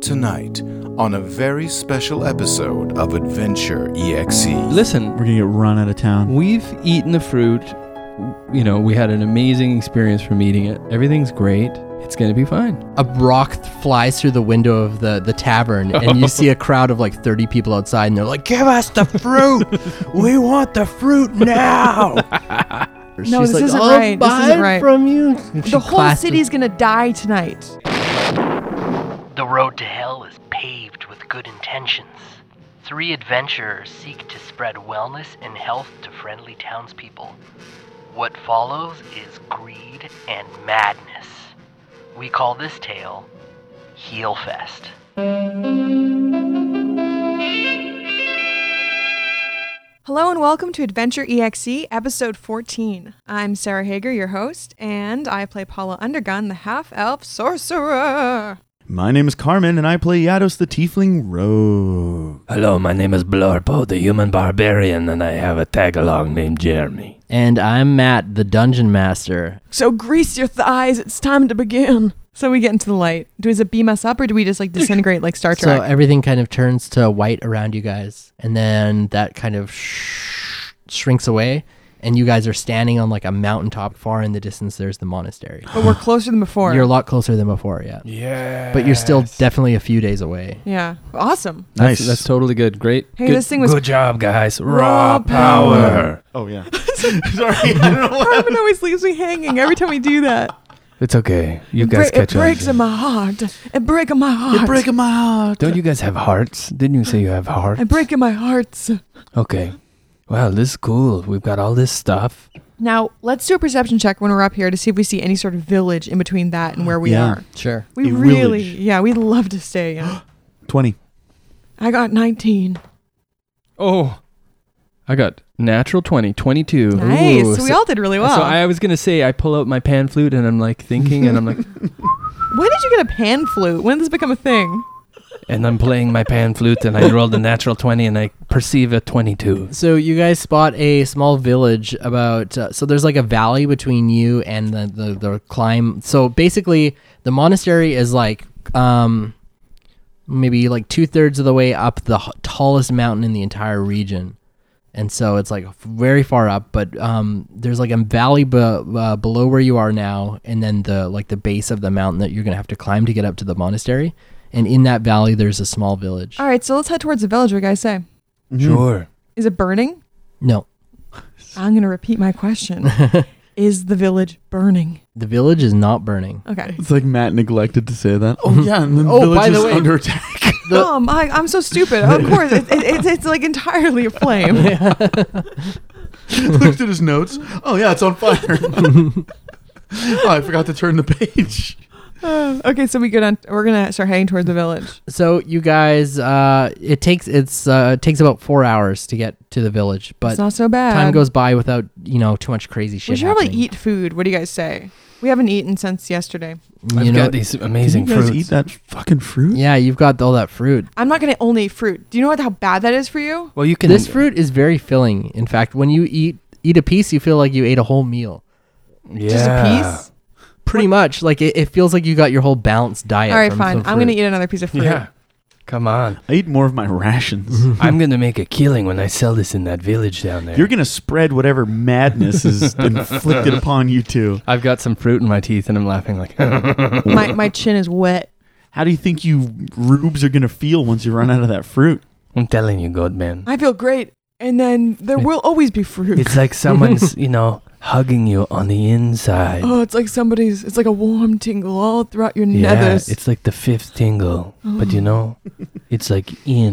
tonight on a very special episode of Adventure E EXE. Listen, We're gonna get run out of town. we've eaten the fruit. You know, we had an amazing experience from eating it. Everything's great. It's going to be fine. A rock th- flies through the window of the, the tavern, and you see a crowd of like 30 people outside, and they're like, Give us the fruit! we want the fruit now! No, this isn't "I'll right. This isn't buy it right." "Oh, from you. The whole city's gonna die tonight. The road to hell is paved with good intentions. Three adventurers seek to spread wellness and health to friendly townspeople. What follows is greed and madness. We call this tale Heel Fest. Hello and welcome to Adventure EXE, episode 14. I'm Sarah Hager, your host, and I play Paula Undergun, the half elf sorcerer. My name is Carmen, and I play Yados the Tiefling Rogue. Hello, my name is Blorpo, the human barbarian, and I have a tag along named Jeremy. And I'm Matt, the dungeon master. So grease your thighs, it's time to begin. So we get into the light. Does it beam us up or do we just like disintegrate like Star So uh, Trek? everything kind of turns to white around you guys, and then that kind of sh- shrinks away, and you guys are standing on like a mountaintop far in the distance. There's the monastery. but we're closer than before. You're a lot closer than before, yeah. Yeah. But you're still definitely a few days away. yeah. Awesome. That's, Nice. That's totally good. Great. Hey, good. this thing was. Good job, guys. Raw Raw power. Oh yeah. Sorry. I don't know what- Carmen always leaves me hanging every time we do that. It's okay. You It guys break- catch It breaks on. in my heart. It breaks in my heart. You're breaking my heart. Don't you guys have hearts? Didn't you say you have hearts? I break in my hearts. Okay. Wow, this is cool. We've got all this stuff. Now, let's do a perception check when we're up here to see if we see any sort of village in between that and where we Yeah. are. Sure. We A really, village. yeah, we love to stay. in. Twenty. I got 19. Oh, I got natural 20, 22. Nice. Ooh, so we so- all did really well. So I was going to say, I pull out my pan flute and I'm like thinking and I'm like, when did you get a pan flute? When did this become a thing? and I'm playing my pan flute and I rolled a natural 20 and I perceive a 22. So you guys spot a small village about uh, so there's like a valley between you and the, the the climb. So basically, the monastery is like um maybe like two thirds of the way up the h- tallest mountain in the entire region, and so it's like very far up. But um there's like a valley be- uh, below where you are now, and then the like the base of the mountain that you're gonna have to climb to get up to the monastery. And in that valley, there's a small village. All right, so let's head towards the village. What do you guys say? Mm-hmm. Sure. Is it burning? No, I'm going to repeat my question. Is the village burning? the village is not burning. Okay. It's like Matt neglected to say that. Oh yeah, and then the Oh, village by the is way- under attack. The- oh, my, I'm so stupid. Of course. It, it, it's it's like entirely aflame. Looked at his notes. Oh yeah, it's on fire. oh, I forgot to turn the page. Uh, okay, so we go down. We're going to start heading towards the village. So you guys, uh, it takes it's uh, it takes about four hours to get to the village, but it's not so bad. time goes by without you know too much crazy shit. We should probably happening. eat food. What do you guys say? We haven't eaten since yesterday. You I've know, got these amazing Can you guys fruits. eat that fucking fruit? yeah, you've got all that fruit. I'm not gonna only eat fruit. Do you know what, how bad that is for you? Well, you can. This fruit is very filling. In fact, when you eat eat a piece, you feel like you ate a whole meal. Yeah. Just a piece. Pretty much, like it, it feels like you got your whole balanced diet. All right, from fine. some I'm gonna fruit. eat another piece of fruit. Yeah. Come on. I eat more of my rations. I'm going to make a killing when I sell this in that village down there. You're gonna spread whatever madness is inflicted upon you two. I've got some fruit in my teeth and I'm laughing like, My my chin is wet. How do you think you rubes are gonna feel once you run out of that fruit? I'm telling you, God, man. I feel great, and then there It- will always be fruit. It's like someone's, you know, hugging you on the inside. oh, it's like somebody's. It's like a warm tingle all throughout your yeah, nethers. It's, it's like the fifth tingle, but you Oh. know, it's like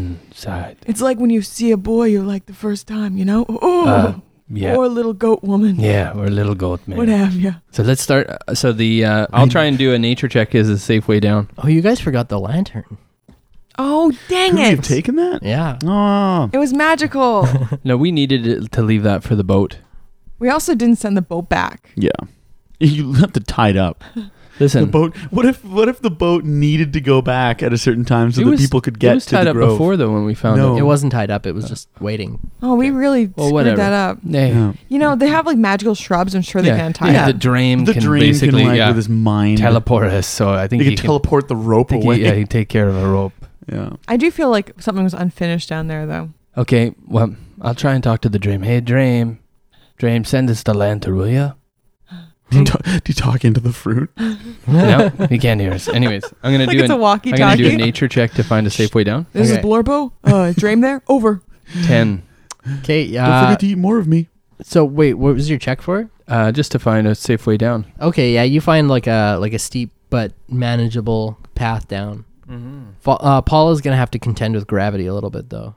inside. like when you see a boy you like the first time, you know, oh, Uh, Yeah, or a little goat woman, yeah, or a little goat man. what have you? so let's start. So the, uh, I'll try and do a nature check is a safe way down. Oh, you guys forgot the lantern. Oh, dang Could we have it! taken that? Yeah. Oh, it was magical. No, we needed it to leave that for the boat. we also didn't send the boat back. yeah. You have to tie it up. Listen, The boat. What if what if the boat needed to go back at a certain time so it that was- people could it get was to tied the up grove? before though when we found No. it. It wasn't tied up. It was just waiting. Oh, we really Well, screwed whatever. that up. Nay. Yeah. You know, they have like magical shrubs. I'm sure they can tie yeah. it. The dream The can dream basically can like yeah, with his mind. teleport us. So I he think could he can. teleport the rope I think away. he, yeah, he take care of a rope. yeah. I do feel like something was unfinished down there, though. Okay, well, I'll try and talk to the dream. Hey, dream, dream, send us the lantern, will ya? Do you, talk, do you talk into the fruit? no, he can't hear us. Anyways, I'm gonna Like do it's an, a I'm gonna do a walkie-talkie. nature check to find a safe way down. This Okay. is Blurbo. Uh, dream there. Over. Ten, Okay. Don't Uh, forget to eat more of me. so wait, what was your check for? uh, just to find a safe way down. Okay. Yeah, you find like a like a steep but manageable path down. Fa- uh, Paula's gonna have to contend with gravity a little bit though.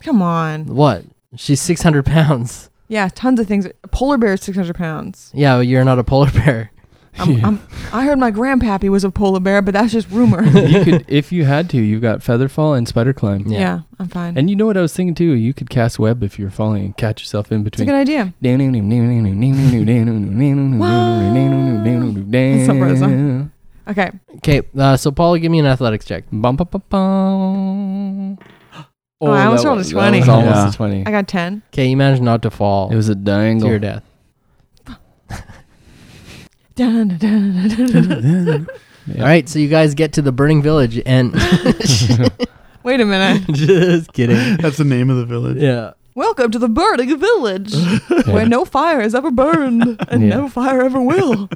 Come on. What? She's six hundred pounds. Yeah, tons of things. A polar bear is 600 pounds. Yeah, well, you're not a polar bear. I'm, Yeah. I'm, I heard my grandpappy was a polar bear, but that's just rumor. yeah. you could, if you had to, you've got feather fall and spider climb. Yeah. I'm fine. And you know what I was thinking too? You could cast web if you're falling and catch yourself in it's a between. good idea. not part of the Okay. Okay. Uh, so Paula, give me an athletics check. Bum, bum, bum, bum. Oh, I that almost rolled a was- That 20. was almost Yeah. a 20. I got 10. Okay, you managed not to fall It was a to dangle. your death. Dun, dun, dun, dun, dun, dun. Yeah. All right, so you guys get to the burning village and Wait a minute. just kidding. That's the name of the village. Yeah. Welcome to the burning village, where no fire has ever burned and Yeah. no fire ever will.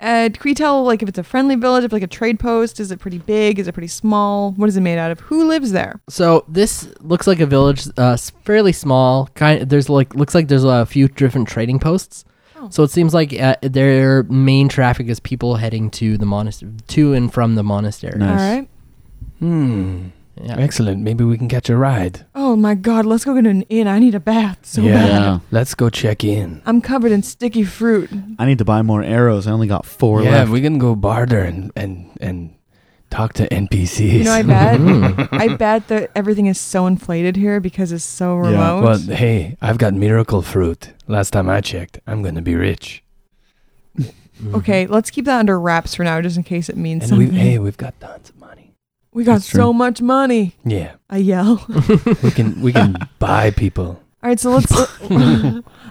Uh, can we tell like if it's a friendly village, if like a trade post? Is it pretty big? Is it pretty small? What is it made out of? Who lives there? So this looks like a village, uh, s- fairly small. Kind there's like looks like there's a few different trading posts. Oh. So it seems like uh, their main traffic is people heading to the monastery, to and from the monastery. Nice. All right. Hmm. Yeah. Excellent. Maybe we can catch a ride. Oh my God, let's go get an inn. I need a bath so Yeah. bad. Let's go check in. I'm covered in sticky fruit. I need to buy more arrows. I only got four yeah, left. we can go barter and and and talk to NPCs. You know, I bet, Mhm. I bet that everything is so inflated here because it's so Yeah. remote. well, hey, I've got miracle fruit. Last time I checked, I'm gonna be rich. okay, let's keep that under wraps for now, just in case it means And we, something. hey, we've got tons of money. we got That's true. so much money. Yeah, I yell. Mm-hmm. we can we can buy people. All right, so let's.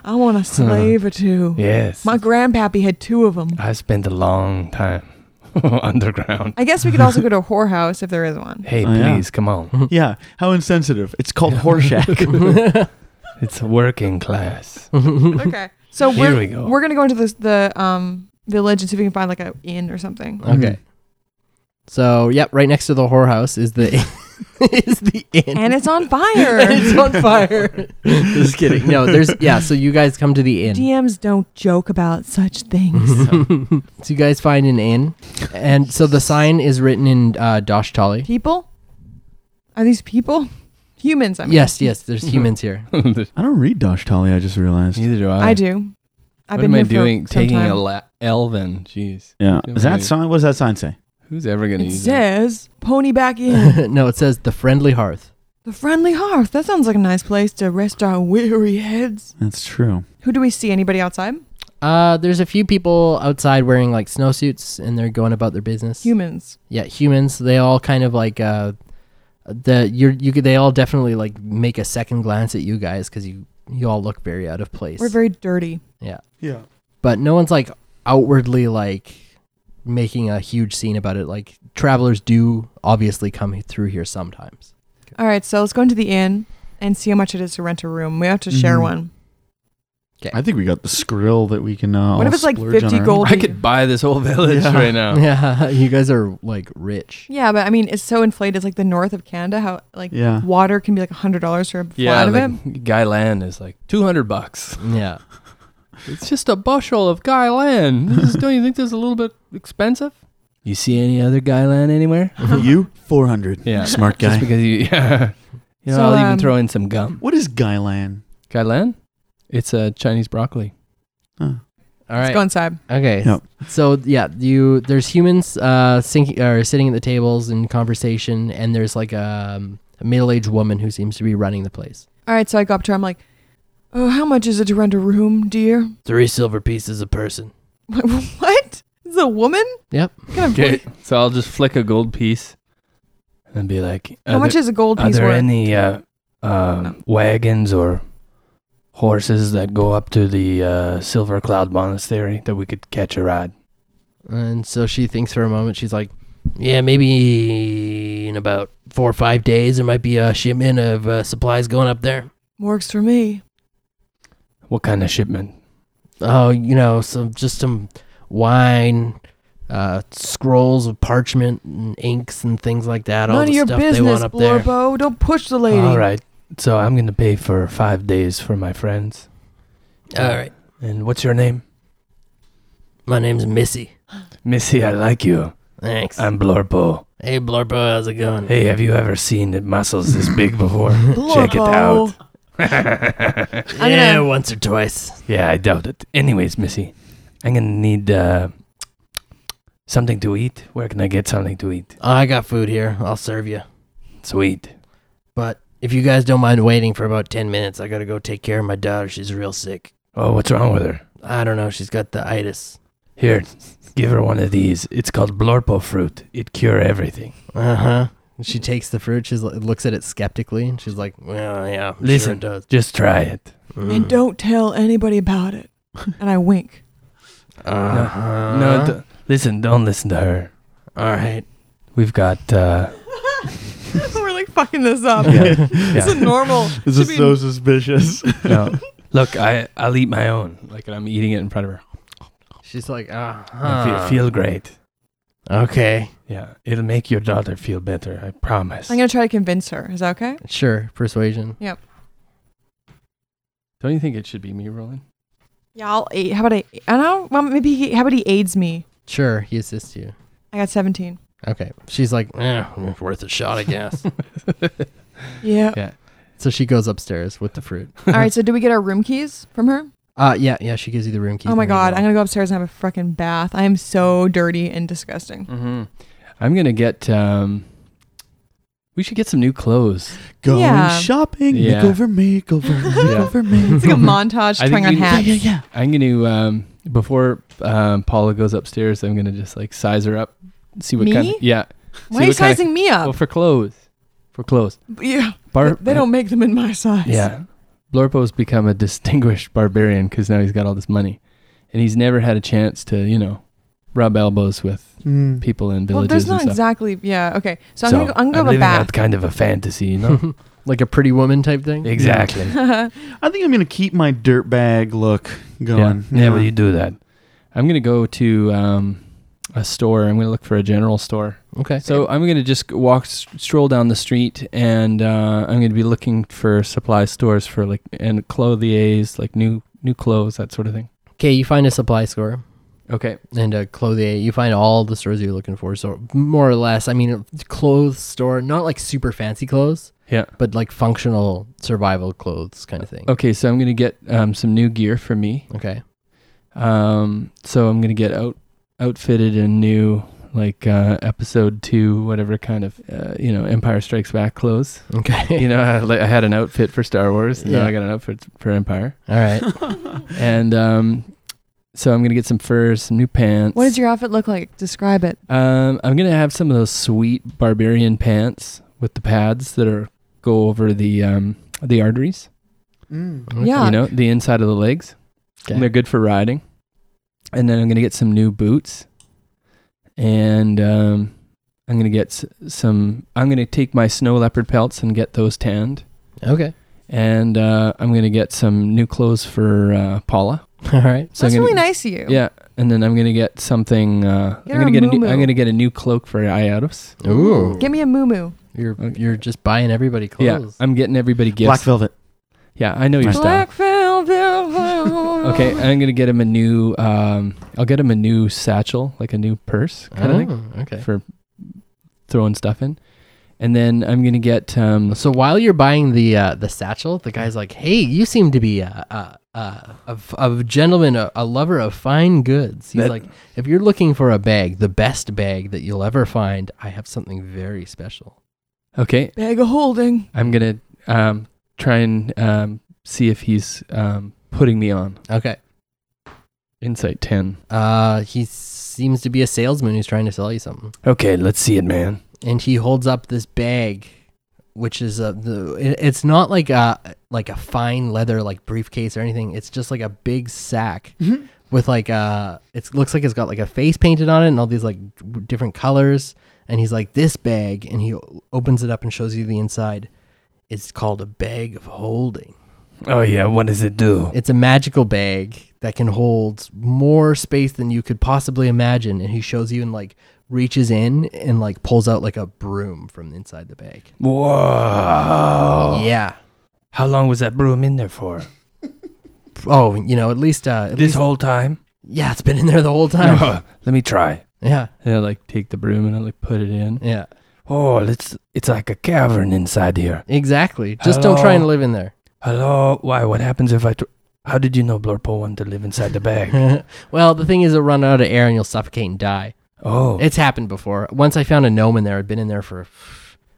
I want a slave or two. Yes, My grandpappy had two of them. I spent a long time underground. I guess we could also go to a whorehouse if there is one. Hey, Oh, yeah. please come on. yeah. How insensitive. It's called Horshack. It's working class. Okay. So Here we're we go. we're gonna go into this the um village and see if we can find like an inn or something. Okay. So yep, right next to the whorehouse is the is the inn. And it's on And fire. it's on fire. Just kidding. No, there's yeah. So you guys come to the inn. DMs don't joke about such things. So you guys find an inn, and so the sign is written in uh, Dashtali. people? Are these people? Humans, I mean. Yes, yes. There's humans here. Neither I don't read Dosh Tali. I just realized. do I. I do. I've what been am I here for doing? some Taking time. a la- Elvin. Jeez, Yeah. Yeah, Is right. that sign? What does that sign say? who's ever gonna It use that? says pony back in no, it says the friendly hearth. the friendly hearth. That sounds like a nice place to rest our weary heads. That's true. Who do we see? Anybody outside? Uh, there's a few people outside wearing like snowsuits, and they're going about their business. Humans. yeah, humans. They all kind of like uh, the you're you. could- They all definitely like make a second glance at you guys because you you all look very out of place. We're very dirty. Yeah. but no one's like outwardly like making a huge scene about it. Like travelers do obviously come through here sometimes. All right, so let's go into the inn and see how much it is to rent a room. We have to share Mhm. one. I think we got the skrill that we can. Uh, What if all it's like splurge on 50 our own. gold? I could buy this whole village Yeah. right now. Yeah, you guys are like rich. Yeah, but I mean, it's so inflated. It's like the north of Canada, how like Yeah. water can be like $100 for a flat of it. like Guy Land is like two hundred bucks. Yeah. It's just a bushel of Guy Land. This is- don't you think this is a little bit expensive? You see any other Guy Land anywhere? you four hundred. Yeah. Smart Just guy. because you, yeah. You know, So, I'll um, even throw in some gum. What is Guyland? Guy Land? It's a Chinese broccoli. All Let's right. go inside. Okay. Yep. So yeah, you there's humans uh sink, or sitting at the tables in conversation, and there's like um, a middle-aged woman who seems to be running the place. All right, so I go up to her. I'm like, oh, how much is it to rent a room, dear? Three silver pieces a person. what? Is It's a woman? Yep. Kind of Okay, so I'll just flick a gold piece and be like, How much is a gold Are piece there worth? any uh, uh, wagons or horses that go up to the uh, Silver Cloud Monastery that we could catch a ride? And so she thinks for a moment. She's like, "Yeah, maybe in about four or five days, there might be a shipment of uh, supplies going up there. Works for me. What kind of shipment? Oh, you know, some just some wine, uh, scrolls of parchment and inks and things like that. all None the of your stuff they business, want up there. Blorbo. Don't push the lady. All right. So I'm going to pay for five days for my friends. All right, And what's your name? my name's Missy. Missy, I like you. Thanks. Uh, I'm Blorpo. hey, Blorbo, how's it going? Hey, have you ever seen muscles this big before? Check it Blorbo. out. I'm yeah, gonna- once or twice. Yeah, I doubt it. Anyways, Missy, I'm gonna need uh, something to eat. Where can I get something to eat? Oh, I got food here. I'll serve you. Sweet. But if you guys don't mind waiting for about 10 minutes, I gotta go take care of my daughter. She's real sick. Oh, what's wrong with her? I don't know. She's got the itis. Here, give her one of these. It's called Blorpo fruit. It cure everything. Uh huh. She takes the fruit. She looks at it skeptically and she's like, well, yeah, I'm Listen. sure it does. Just try it. Mm. And don't tell anybody about it. And I wink. Uh-huh. No, d- listen. Don't listen to her. All right. We've got. Uh, We're like fucking this up. yeah, This is yeah. normal. This Should is be- so suspicious. No. Look, I I'll eat my own. Like I'm eating it in front of her. She's like, uh I huh. feel, feel great. Okay. Yeah, it'll make your daughter feel better. I promise. I'm gonna try to convince her. Is that okay? Sure. Persuasion. Don't you think it should be me rolling? Yeah, I'll aid. How about I? I don't know. Well, maybe he, how about he aids me? Sure. He assists you. I got 17. Okay. She's like, eh, worth a shot, I guess. Yeah. so she goes upstairs with the fruit. All right. So, do we get our room keys from her? Uh, yeah, yeah. She gives you the room key. oh my There you god, go. I'm gonna go upstairs and have a freaking bath. I am so dirty and disgusting. Mm-hmm. I'm gonna get. um We should get some new clothes. Going Yeah. shopping, Yeah. makeover, makeover, makeover, makeover. It's like a montage I think trying on we- Yeah, hats. yeah, yeah. I'm gonna um before um, Paula goes upstairs. I'm gonna just like size her up, see what kind. Me? Of, yeah, Why are you what kinda- sizing me well up? for clothes, for clothes. yeah, Bar- they don't make them in my size. Yeah, Blorpo's become a distinguished barbarian because now he's got all this money, and he's never had a chance to you know rub elbows with Hmm. people in Well, villages there's and not stuff. exactly. Yeah. Okay. So, I'm So, gonna go, I'm gonna I'm go have a living bath. out kind of a fantasy, you know. like a pretty woman type thing. exactly. I think I'm gonna keep my dirtbag look going. Yeah, well, you do that. I'm gonna go to um, a store. I'm gonna look for a general store. Okay. So I'm gonna just walk, s- stroll down the street, and uh, I'm gonna be looking for supply stores for like and clothiers, like new new clothes, that sort of thing. okay, you find a supply store Okay. and a clothier. You find all the stores you're looking for. So more or less, I mean, a clothes store, not like super fancy clothes, Yeah. but like functional survival clothes kind of thing. Okay. So I'm gonna get um, some new gear for me. Okay. Um, so I'm gonna get out outfitted in new like uh, episode two, whatever kind of uh, you know Empire Strikes Back clothes. Okay. you know, I, like, I had an outfit for Star Wars, and now Yeah. I got an outfit for Empire. all right. and um, so I'm gonna get some furs, some new pants. What does your outfit look like? Describe it. Um, I'm gonna have some of those sweet barbarian pants with the pads that are go over the um the arteries. Mm. Yeah. You know, the inside of the legs. Okay. They're good for riding. And then I'm gonna get some new boots. And um, I'm gonna get s- some. I'm gonna take my snow leopard pelts and get those tanned. Okay. And uh, I'm gonna get some new clothes for uh, Paula. All right. So That's I'm gonna, really nice of you. Yeah, and then I'm gonna get something. Uh, Get I'm her gonna a get a new, moo-moo. I'm gonna get a new cloak for Iatus. Ooh. Give me a moo moo. You're Okay. you're just buying everybody Yeah, clothes. I'm getting everybody gifts. Black velvet. yeah, I know your style. Black velvet. Okay, I'm gonna get him a new. Um, I'll get him a new satchel, like a new purse kind of thing Oh, okay. for throwing stuff in, and then I'm gonna get. Um, So while you're buying the uh, the satchel, the guy's like, "Hey, you seem to be a a, a, a, a gentleman, a, a lover of fine goods." He's That- like, "If you're looking for a bag, the best bag that you'll ever find, I have something very special." okay, Bag of holding. I'm gonna um, try and um, see if he's um, putting me on. Okay, Insight 10. Uh, he seems to be a salesman who's trying to sell you something. Okay, let's see it, man. And he holds up this bag, which is a the, it- it's not like a like a fine leather like briefcase or anything. It's just like a big sack Mm-hmm. with like uh it looks like it's got like a face painted on it and all these like w- different colors. And he's like this bag, and he o- opens it up and shows you the inside. It's called a bag of holding. Oh yeah, what does it do? It's a magical bag that can hold more space than you could possibly imagine. And he shows you and like reaches in and like pulls out like a broom from inside the bag. Whoa! Yeah. How long was that broom in there for? Oh, you know, at least uh, at This least, whole time? yeah, it's been in there the whole time. Let me try. Yeah, And I like take the broom and I like put it in. yeah, Oh, it's it's like a cavern inside here. exactly. Just don't try and Hello. live in there. Hello. Why? What happens if I? Tr- How did you know Blurpo wanted to live inside the bag? well, the thing is, it'll run out of air and you'll suffocate and die. Oh, It's happened before. Once I found a gnome in there. I'd been in there for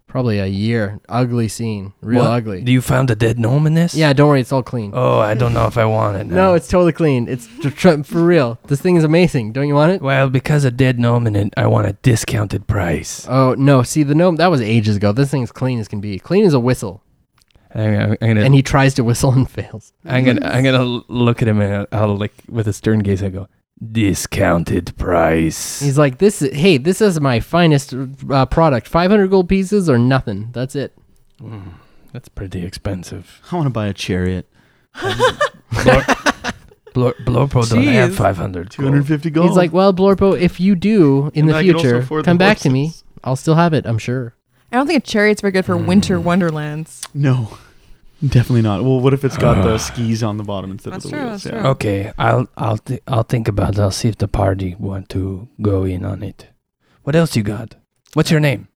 probably a year. Ugly scene, real what? ugly. Do you found a dead gnome in this? yeah, don't worry, it's all clean. Oh, I don't know if I want it. No, it's totally clean. It's tr- tr- for real. This thing is amazing. Don't you want it? well because a dead gnome in it. I want a discounted price. Oh no! See the gnome that was ages ago. This thing's clean as can be. Clean as a whistle. I'm, I'm- I'm gonna, And he tries to whistle and fails. I'm gonna, I'm gonna l- look at him and I'll like with a stern gaze. I go, Discounted price. He's like, "This is hey, this is my finest uh, product. Five hundred gold pieces or nothing. That's it." Mm, that's pretty expensive. I want to buy a chariot. Blur- Blurpo don't have Jeez. five hundred. Two hundred fifty gold. He's like, "Well, Blorpo, if you do in And the I can also future, afford the come back to me. horses." I'll still have it. I'm sure." I don't think a chariot's very good for winter wonderlands. no, definitely not. Well, what if it's got the skis on the bottom instead That's of the true, wheels? that's yeah. true. Okay, I'll I'll th- I'll think about. It. I'll see if the party want to go in on it. What else you got? What's your name?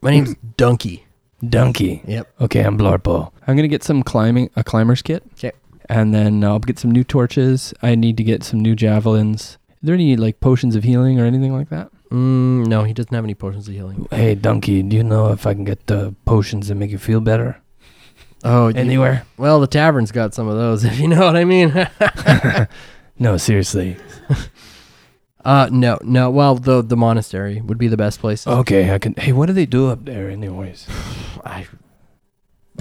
My name's Donkey. Donkey. Yep. Okay, I'm Blurpo. I'm gonna get some climbing, a climber's kit. 'Kay. And then I'll get some new torches. I need to get some new javelins. Are there any like potions of healing or anything like that? Mm, no, he doesn't have any potions of healing. Hey, Donkey. Do you know if I can get the potions that make you feel better Oh, anyway. anywhere? Well, the tavern's got some of those, if you know what I mean. no, seriously. Uh, no, no. Well, the the monastery would be the best place. Okay, I can. Hey, what do they do up there, anyways? I,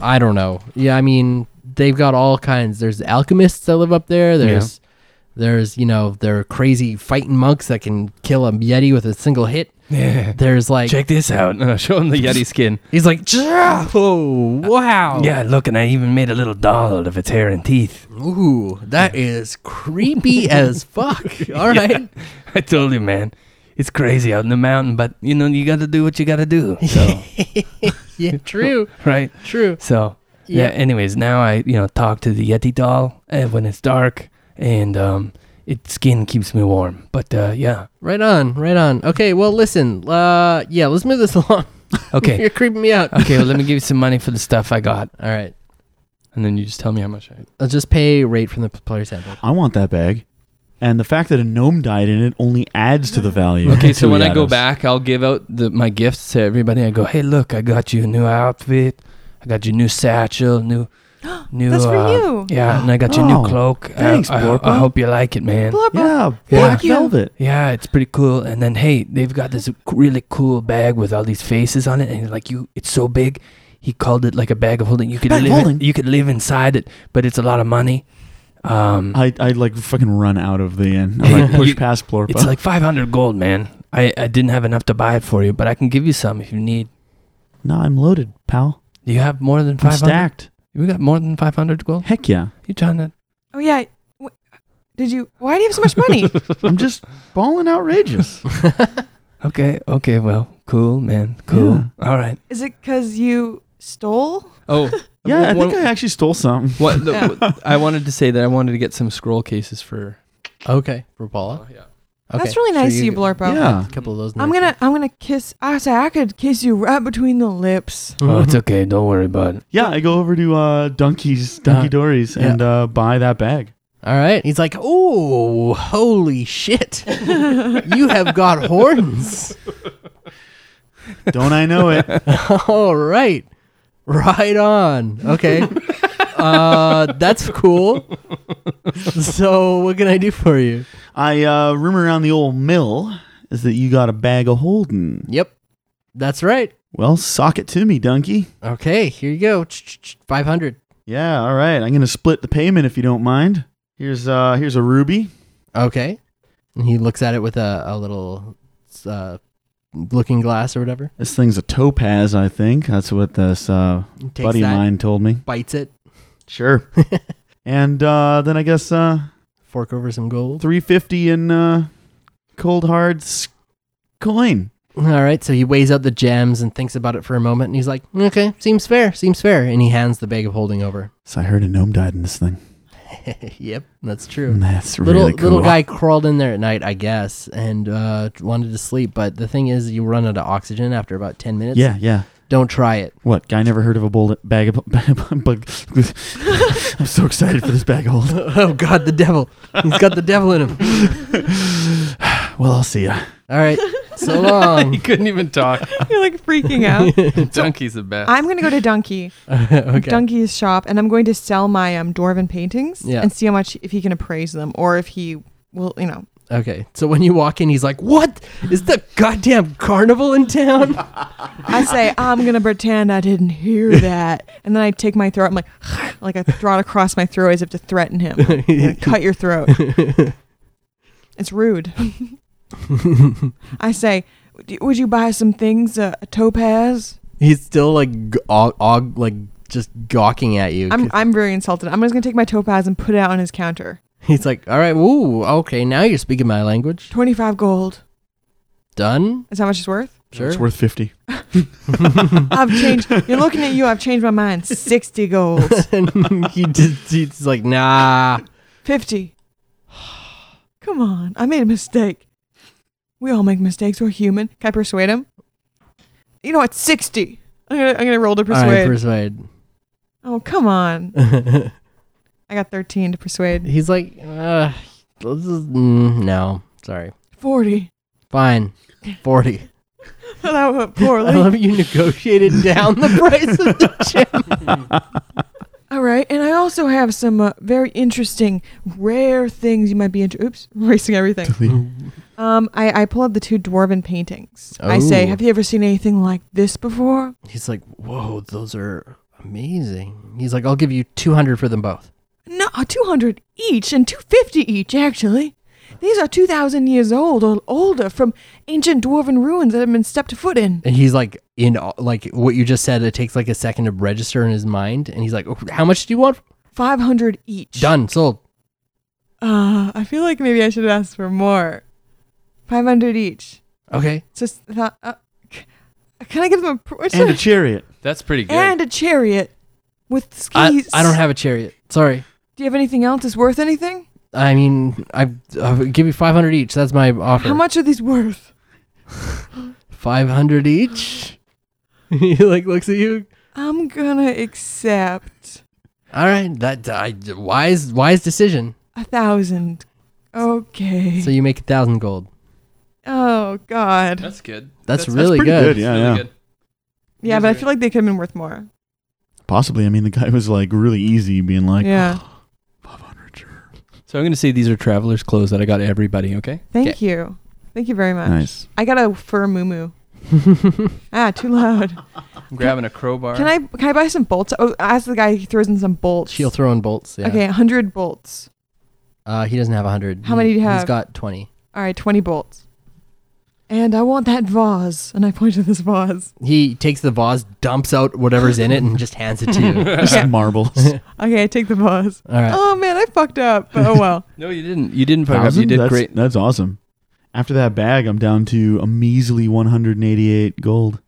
I don't know. Yeah, I mean, they've got all kinds. There's alchemists that live up there. There's, there's you know, there are crazy fighting monks that can kill a yeti with a single hit. Yeah. There's like Check this out. No, show him the yeti skin. he's like, "Jah! oh wow, Yeah, look, and I even made a little doll out of its hair and teeth. ooh, that is creepy as fuck. All right, I told you, man. It's crazy out in the mountain, but you know you got to do what you got to do. So, yeah, true, right? true. So, yeah. Yeah, Anyways, now I you know talk to the Yeti doll uh, when it's dark, and um, its skin keeps me warm. But uh, yeah, right on, right on. Okay, well, listen, uh, yeah, let's move this along. okay, You're creeping me out. okay. Well, let me give you some money for the stuff I got. All right. And then you just tell me how much I. I'll just pay rate from the p- player sample. I want that bag. And the fact that a gnome died in it only adds to the value. Okay, to so when the I go items. back, I'll give out the, my gifts to everybody. Everybody, I go, hey, look, I got you a new outfit. I got you a new satchel, new, new. That's for uh, you. Yeah, and I got you a Oh, new cloak. I- thanks, I, Blorpo. I hope you like it, man. Blubber. yeah, Yeah. black Yeah. velvet. Yeah, it's pretty cool. And then hey, they've got this really cool bag with all these faces on it, and like you, it's so big. He called it like a bag of holding. You could Bag of live, holding? you could live inside it, but it's a lot of money. Um, I I like fucking run out of the inn. I like Yeah. push You- past Blorpa. it's like five hundred gold, man. I, I didn't have enough to buy it for you, but I can give you some if you need. no, I'm loaded, pal. Do you have more than I'm five hundred? stacked. We got more than five hundred gold. Heck yeah. You trying to? Oh yeah. Wh- Did you? Why do you have so much money? I'm just balling outrageous. Okay, okay, well, cool, man, cool. All right. Is it because you stole? Oh, Yeah, I One- think I actually stole some. What the, what- I wanted to say that I wanted to get some scroll cases for. Okay, for Paula. yeah. Okay. That's really so nice of you, Blorpo. Yeah. A couple of those. I'm gonna, I'm gonna kiss. I say I could kiss you right between the lips. Oh, it's okay. Don't worry about it. Yeah, I go over to uh, Donkey's, Donkey Uh, Dory's, yeah. and uh, buy that bag. All right. He's like, oh, holy shit! you have got horns. Don't I know it? All right, right on. Okay. uh, that's cool. So, what can I do for you? I uh, rumor around the old mill is that you got a bag of holding. Yep, that's right. Well, sock it to me, donkey. Okay, here you go. Five hundred. Yeah, all right. I'm gonna split the payment if you don't mind. Here's uh here's a ruby. Okay. And he looks at it with a, a little uh, looking glass or whatever. This thing's a topaz, I think. That's what this uh, He takes buddy of that, mine told me. bites it, Sure. and uh, then I guess uh, fork over some gold. three fifty in uh, cold hard s- coin. All right, so he weighs out the gems and thinks about it for a moment, and he's like, "Okay, seems fair, seems fair." And he hands the bag of holding over. So I heard a gnome died in this thing. yep, that's true. That's Little Hmm. really cool. little guy crawled in there at night, I guess, and uh, wanted to sleep. But the thing is, you run out of oxygen after about ten minutes. Yeah, yeah. don't try it. What guy never heard of a bullet bag of bug? I'm so excited for this bag of hold. oh God, the devil! He's got the devil in him. Well, I'll see ya. All right, so long. he couldn't even talk. You're like freaking out. Donkey's the best. I'm gonna go to Donkey, okay. Donkey's shop, and I'm going to sell my um dwarven paintings Yeah. and see how much if he can appraise them or if he will, you know. Okay. So when you walk in, he's like, "What is the goddamn carnival in town?" I say uh, I'm gonna pretend I didn't hear that, and then I take my throat. I'm like, like I throw it across my throat as if to threaten him. I'm gonna cut your throat. It's rude. I say, "D- would you buy some things, uh, topaz? he's still like, g- og, og, like just gawking at you. I'm I'm very insulted. I'm just gonna take my topaz and put it out on his counter. he's like, "All right, ooh, okay, now you're speaking my language. Twenty five gold. Done. Is how much it's worth? Sure. It's worth fifty. I've changed. You're looking at you. I've changed my mind. Sixty gold. and he just, he's like, "Nah." Fifty. Come on. I made a mistake. We all make mistakes. We're human. Can I persuade him? You know what? Sixty. I'm gonna I'm gonna roll to All right, persuade. oh come on. persuade. I got thirteen to persuade. he's like, uh, this is, mm, "No, sorry, Forty. fine, 40. that went I poorly. love you negotiated down the price of the gem. All right, and I also have some uh, very interesting, rare things you might be into. Oops, erasing everything. Um, I, I pull up the two dwarven paintings. I say, Oh. "Have you ever seen anything like this before?" He's like, "Whoa, those are amazing." He's like, "I'll give you 200 for them both." No, uh, two hundred each and two fifty each. Actually, these are two thousand years old or older from ancient dwarven ruins that have been stepped foot in. And he's like, "In all- like what you just said, it takes like a second to register in his mind." And he's like, oh, "How much do you want?" Five hundred each. Done, sold. Uh, I feel like maybe I should ask for more. Five hundred each. Okay. So s- th- uh, c- uh, can I give them a pr- what's And a that? chariot. That's pretty good. and a chariot with I, skis? I don't have a chariot. Sorry. Do you have anything else that's worth anything? I mean, I I'll give you 500 each. That's my offer. How much are these worth? 500 each. he like looks at you. I'm gonna accept All right, that I, wise wise decision. a thousand. Okay. So you make a thousand gold. oh God. that's good. That's- That's, that's really pretty good. good, yeah. Really good. Yeah, These but I are- feel like they could have been worth more. Possibly. I mean, the guy was like really easy, being like, "Oh, yeah. five hundred. Sure. So I'm gonna say these are travelers' clothes that I got everybody. Okay. Thank you. Thank you very much. Nice. I got a fur moo Ah, too loud. I'm grabbing a crowbar. Can I can I buy some bolts? Oh, ask the guy. He throws in some bolts. She'll throw in bolts. Yeah. Okay, hundred bolts. Uh, he doesn't have a hundred. How many do you He's have? got twenty. All right, twenty bolts. And I want that vase. And I point to this vase. He takes the vase, dumps out whatever's in it, and just hands it to you. Just Okay. marbles. Okay, I take the vase. All right. Oh man, I fucked up. But oh well. No, you didn't. You didn't fuck up. You Thousand? did that's, great. That's awesome. After that bag, I'm down to a measly 188 gold.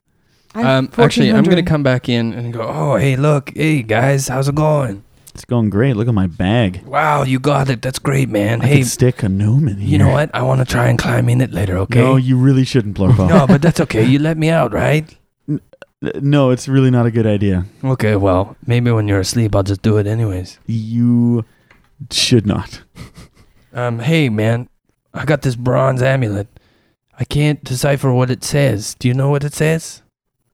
I have Um, actually, I'm gonna 1400. come back in and go. Oh, hey, look, hey guys, how's it going? It's going great. Look at my bag. Wow, you got it. That's great, man. I hey, can stick a gnome in here. you know what? I want to try and climb in it later, okay? No, you really shouldn't, Blorfo. No, but that's okay. You let me out, right? no. no, it's really not a good idea. Okay, well, maybe when you're asleep, I'll just do it anyways. You should not. Um, hey, man, I got this bronze amulet. I can't decipher what it says. Do you know what it says?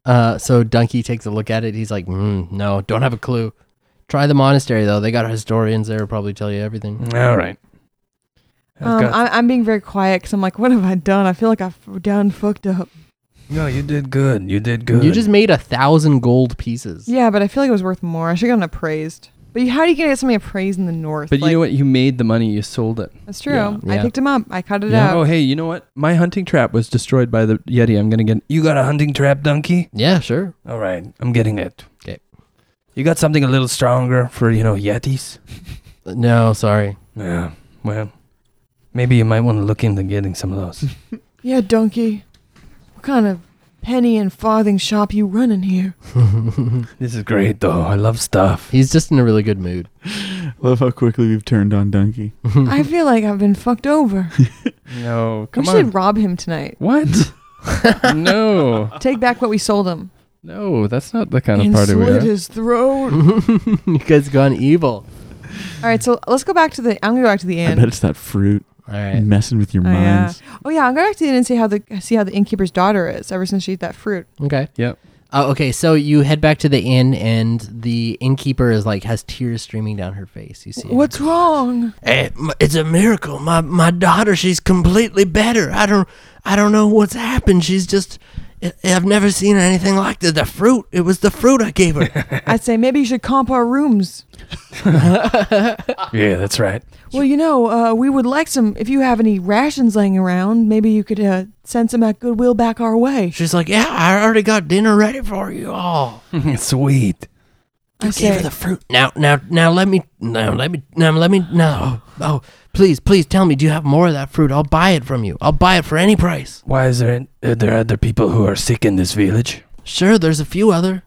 Uh, so Donkey takes a look at it. He's like, mm, "No, don't "Hmm, have a clue. Try the monastery though. They got historians there who probably tell you everything. All right. I've Um, got- I'm, I'm being very quiet because I'm like, what have I done? I feel like I've done fucked up. no, you did good. You did good. You just made a thousand gold pieces. Yeah, but I feel like it was worth more. I should have gotten appraised. But you- how do you get something appraised in the north? But Like, you know what? You made the money. You sold it. That's true. Yeah. I Yeah. picked him up. I cut it Oh, out. hey, you know what? My hunting trap was destroyed by the Yeti. I'm gonna get. You got a hunting trap donkey? Yeah, sure. All right, I'm getting it. 'Kay. You got something a little stronger for, you know, yetis? No, sorry. Yeah. Well, maybe you might want to look into getting some of those. Yeah, donkey. What kind of penny and farthing shop you running here? this is great though. I love stuff. He's just in a really good mood. Love how quickly we've turned on Donkey. I feel like I've been fucked over. No, we come should on. rob him tonight. What? no, Take back what we sold him. no, that's not the kind of and party we slit are. his throat. you guys gone evil. All right, so let's go back to the. I'm gonna go back to the I bet inn. it's that fruit All right. messing with your Oh, yeah. minds. Oh yeah, I'm going back to the inn and see how the see how the innkeeper's daughter is. Ever since she ate that fruit, Okay. Yep. Oh, okay. So you head back to the inn, and the innkeeper is like has tears streaming down her face. You see. her. what's wrong? Eh, m- It's a miracle. My my daughter, she's completely better. I don't I don't know what's happened. She's just I- I've never seen anything like this. The fruit, it was the fruit I gave her. I'd say maybe you should comp our rooms. Yeah, that's right. Well, you know, uh, we would like some. If you have any rations laying around, maybe you could uh, send some at Goodwill back our way. She's like, yeah, I already got dinner ready for you all. Sweet. I Gave her say, the fruit. Now, now, now, let me, now, let me, now, let me, no, oh, please, please tell me, do you have more of that fruit? I'll buy it from you. I'll buy it for any price. Why is there are there other people who are sick in this village? Sure, there's a few other.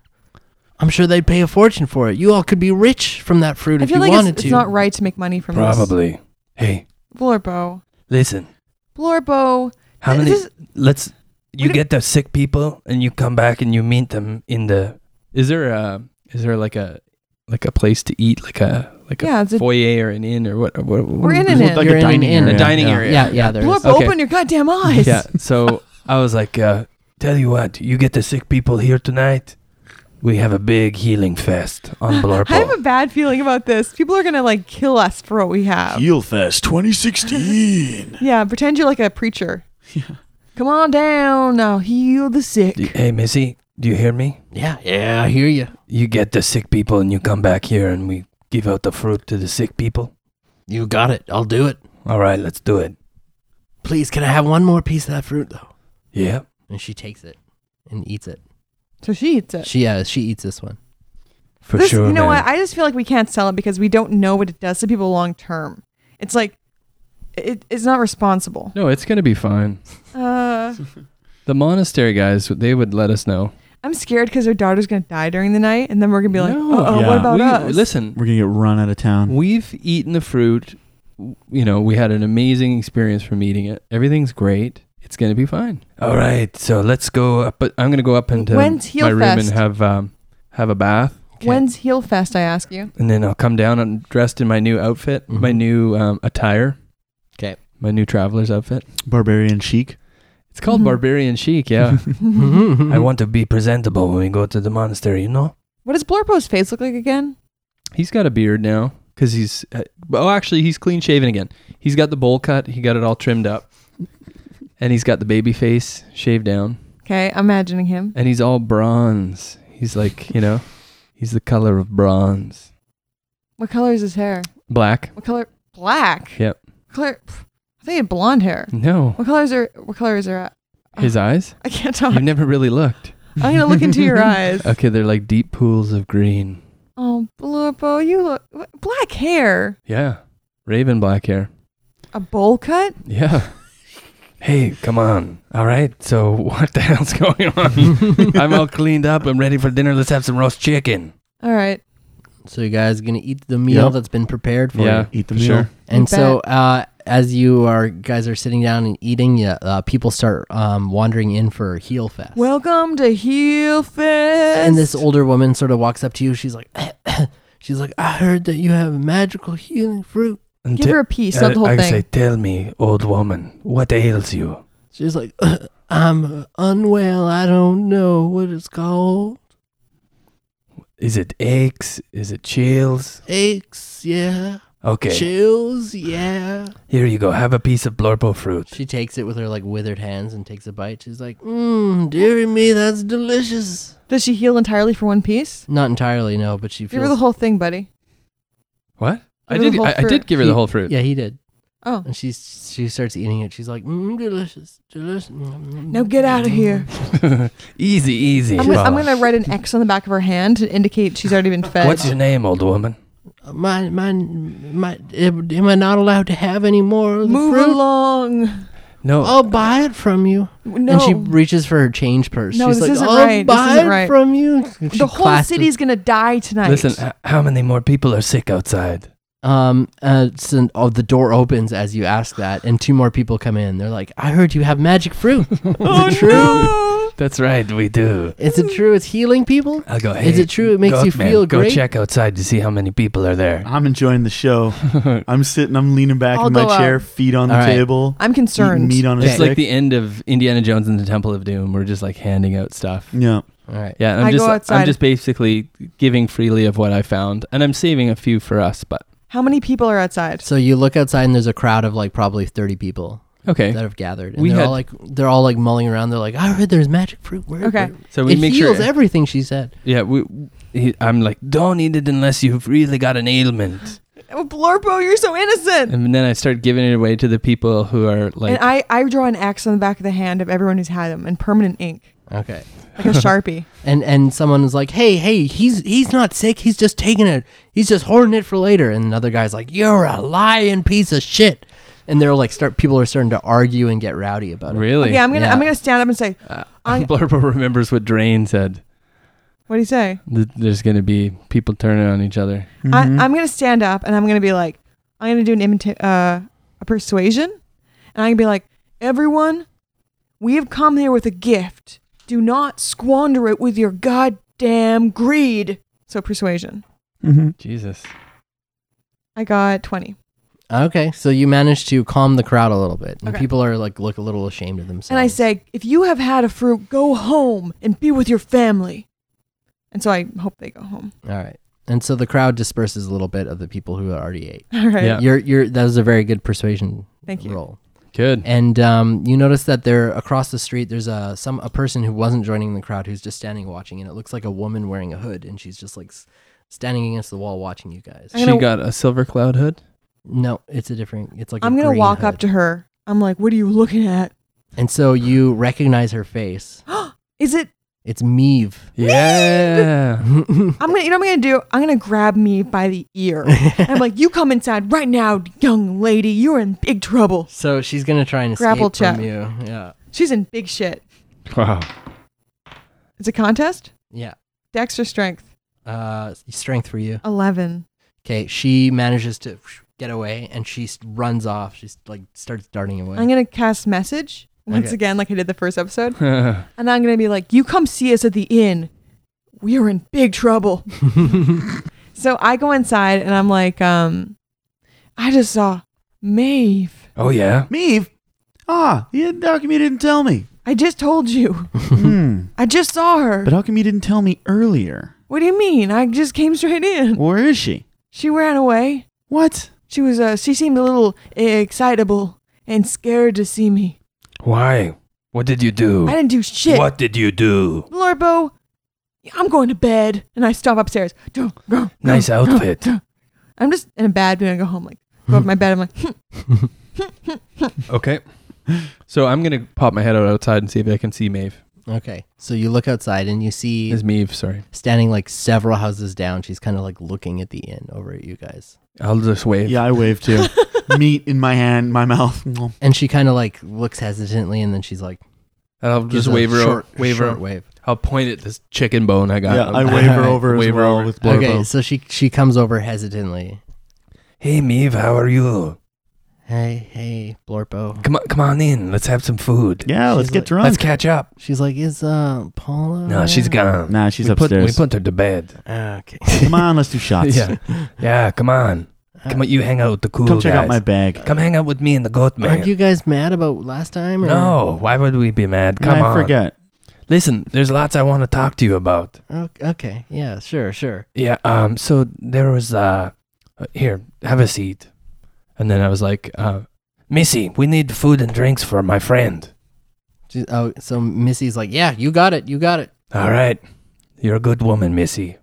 I'm sure they'd pay a fortune for it. You all could be rich from that fruit I if feel you like wanted it's, to. it's not right to make money from Probably. Hey, this. Blorbo, listen. Blorbo. How many This- let's you don't- get the sick people and you come back and you meet them in the Is there a? Is there like a, like a place to eat, like a like Yeah, it's a a- foyer or an inn or what? what, what We're in an inn. Like You're a in an dining inn. area. A dining yeah. area. Yeah, yeah, there is. Blorbo, Okay. open your goddamn eyes. Yeah. So I was like, uh, tell you what, you get the sick people here tonight. We have a big healing fest on I have a Blarpo. bad feeling about this. People are gonna like kill us for what we have. Heel Fest 2016. Yeah, pretend you're like a preacher. Come on down, I'll heal the sick. D- hey, Missy, do you hear me? Yeah, yeah, I hear you. You get the sick people and you come back here and we give out the fruit to the sick people. You got it. I'll do it. All right, let's do it. Please, can I have one more piece of that fruit though? Yeah. And she takes it and eats it. So she eats it. She uh, she eats this one. For This- sure. You know what? man. I just feel like we can't sell it because we don't know what it does to people long term. It's like it, it's not responsible. no, it's gonna be fine. Uh, The monastery guys, they would let us know. I'm scared because her daughter's gonna die during the night, and then we're gonna be like, No. oh, Yeah. what about we, us? Listen, We're gonna get run out of town. We've eaten the fruit. W- You know, we had an amazing experience from eating it. Everything's great. It's gonna be fine. All right, so let's go up. But I'm gonna go up into When's Heel my room Fest? and have um, have a bath, When's Heel Fest? I ask you. and then I'll come down and dressed in my new outfit, my Mhm. new um, attire. 'Kay. My new traveler's outfit. Barbarian chic. It's called Mhm. Barbarian Chic. Yeah. Mm-hmm. I Mm-hmm. want to be presentable when we go to the monastery, you know? What does Blorpo's face look like again? he's got a beard now because he's. Uh, oh, actually, he's clean shaven again. He's got the bowl cut. He got it all trimmed up, and he's got the baby face shaved down. Okay, I'm imagining him. and he's all bronze. He's like, you know, he's the color of bronze. What color is his hair? Black. What color? Black. Yep. Color. pff, I think he had blonde hair. No. What colors are? What colors are? at? His eyes? I can't tell. You've never really looked. I'm gonna look into your eyes. Okay, they're like deep pools of green. Oh, Blurbo, you look what- black hair, Yeah. Raven black hair. a bowl cut. Yeah. Hey, come on. All right, so what the hell's going on? I'm all cleaned up. I'm ready for dinner. Let's have some roast chicken. All right, So you guys gonna eat the meal Yep. that's been prepared for Yeah. you. Eat the For meal. sure. And so uh, as you are guys are sitting down and eating, yeah, uh, people start um, wandering in for heel fest. welcome to Heel Fest. and this older woman sort of walks up to you. She's like, she's like, I heard that you have magical healing fruit. And give te- her a piece, not the whole I thing. say, tell me, old woman, what ails you? She's like, I'm unwell. I don't know what it's called. Is it aches? Is it chills? Aches, yeah. Okay. Chills, yeah. Here you go. Have a piece of blorpo fruit. She takes it with her like withered hands and takes a bite. She's like, mmm, dearie me, that's delicious. Does she heal entirely for one piece? Not entirely, no, but she Give her the feels. whole thing, buddy. What? I Give her the did. whole I, I did fruit. give her the whole fruit. Yeah, he did. Oh, And she's she starts eating it. She's like, mmm, delicious, delicious. Mm, Now now get out mm. of here. easy, easy. I'm, gonna, I'm Bob. gonna write an X on the back of her hand to indicate she's already been fed. What's your name, old woman? Uh, My my my. Am am I not allowed to have any more of the Move fruit? along. No. I'll buy it from you. No. And she reaches for her change purse. No, She's this like, isn't I'll right. This buy isn't it right." from you. She the whole clasped- city's gonna die tonight. Listen. uh, h- how many more people are sick outside? Um, uh, so, oh, the door opens as you ask that, and two more people come in. They're like, "I heard you have magic fruit. oh, Is it true? No. That's right. We do. Is it true? It's healing people." I'll go. Hey, Is it true? It makes you Goatman, feel go great. check outside to see how many people are there. I'm enjoying the show. I'm sitting, I'm leaning back I'll in my go chair, out. feet on the All right. table. I'm eating concerned. meat on a It's It's stick. like the end of Indiana Jones and the Temple of Doom. We're just like handing out stuff. yeah. All right. Yeah, I'm I go just outside. I'm just basically giving freely of what I found, and I'm saving a few for us. But How many people are outside? So you look outside, and there's a crowd of like probably thirty people okay, that have gathered, and Eh? We they're had- all like, they're all like mulling around. They're like, "I heard there's magic fruit. Where, Okay. where- so we it make sure. heals everything." She said. yeah, we. He, I'm like, don't eat it unless you've really got an ailment. Oh, Blorpo, you're so innocent. And then I start giving it away to the people who are like, and I, I draw an X on the back of the hand of everyone who's had them in permanent ink, Okay. like a sharpie. And and someone was like, "Hey, hey, he's he's not sick. He's just taking it. He's just hoarding it for later." And another guy's like, "You're a lying piece of shit." And they're like, start people are starting to argue and get rowdy about it. really. Okay, I'm gonna Yeah. I'm gonna stand up and say, Uh, I- Blurbo remembers what Drain said. what do you say? Th- There's going to be people turning on each other. Mhm. Mm-hmm. I, I'm gonna stand up and I'm gonna be like, I'm gonna do an imita- uh, a persuasion, and I'm gonna be like, everyone, we have come here with a gift. Do not squander it with your goddamn greed. So persuasion. Mhm. Jesus. I got twenty. Okay, so you managed to calm the crowd a little bit, and Okay. people are like look a little ashamed of themselves. And I say, if you have had a fruit, go home and be with your family. And so I hope they go home. "All right." And so the crowd disperses a little bit of the people who already ate. All right. Yeah. You're you're that was a very good persuasion Thank you. roll. Good. And um, you notice that there across the street, there's a some a person who wasn't joining the crowd who's just standing watching, and it looks like a woman wearing a hood, and she's just like s- standing against the wall watching you guys. I'm gonna- She got a silver cloud hood. No, it's a different. It's like I'm a gonna green walk up hood. to her. I'm like, what are you looking at? and so you recognize her face. Is it? It's Meve. Yeah. I'm gonna. You know what I'm gonna do? I'm gonna grab me by the ear. And I'm like, you come inside right now, young lady. You're in big trouble. so she's gonna try and escape Grapple from check. you. Yeah, She's in big shit. wow. It's a contest. yeah. Dexter strength Uh, strength for you. eleven. Okay, she manages to get away, and she s- runs off. She's like starts darting away. I'm gonna cast message once Okay. again, like I did the first episode, and I'm gonna be like, you come see us at the inn. We're in big trouble. so I go inside and I'm like, um, I just saw Maeve. oh yeah. Meave? Ah, yeah, how come you didn't tell me? I just told you. Hmm. I just saw her. But how come you didn't tell me earlier? What do you mean? I just came straight in. Where is she? She ran away. What? She was uh she seemed a little excitable and scared to see me. Why? What did you do? I didn't do shit. What did you do? Lorbo, I'm going to bed and I stop upstairs. Nice outfit. I'm just in a bad mood. I go home like go up to my bed. I'm like "Hmm, Okay. So I'm gonna pop my head out outside and see if I can see Maeve. okay, so you look outside, and you see Is Maeve? Sorry. standing like several houses down. She's kind of like looking at the inn over at you guys. I'll just wave. Yeah, I waved too. hmm." Meat in my hand, my mouth. And she kind of like looks hesitantly and then she's like, And I'll gives just a wave her. short, wave her. short wave. I'll point at this chicken bone I got. yeah, I wave her over as Wave her well over. with Blorbo. Okay, so she she comes over hesitantly. Hey, Meave, how are you? Hey, hey, Blorpo. Come on, come on in. Let's have some food. Yeah, let's She's get like- drunk. Let's catch up. She's like, is uh Paula? No, she's around?" gone. nah, she's we put, we upstairs. put her to bed. Ah, Okay. Come on, let's do shots. Yeah. Yeah, come on. Come on, you hang out with the cool Uh, Come check guys. out my bag. Come hang out with Uh, me and the goat man. Aren't you guys mad about last time? Or? no, why would we be mad? Come Come I on. forget. Listen, there's lots I want to talk to you about. O- Okay. Yeah. Sure. Sure. Yeah. Um. So there was uh, uh, here, have a seat. And then I was like, uh, Missy, we need food and drinks for my friend. She- oh, so Missy's like, yeah, you got it. You got it. All right. You're a good woman, Missy.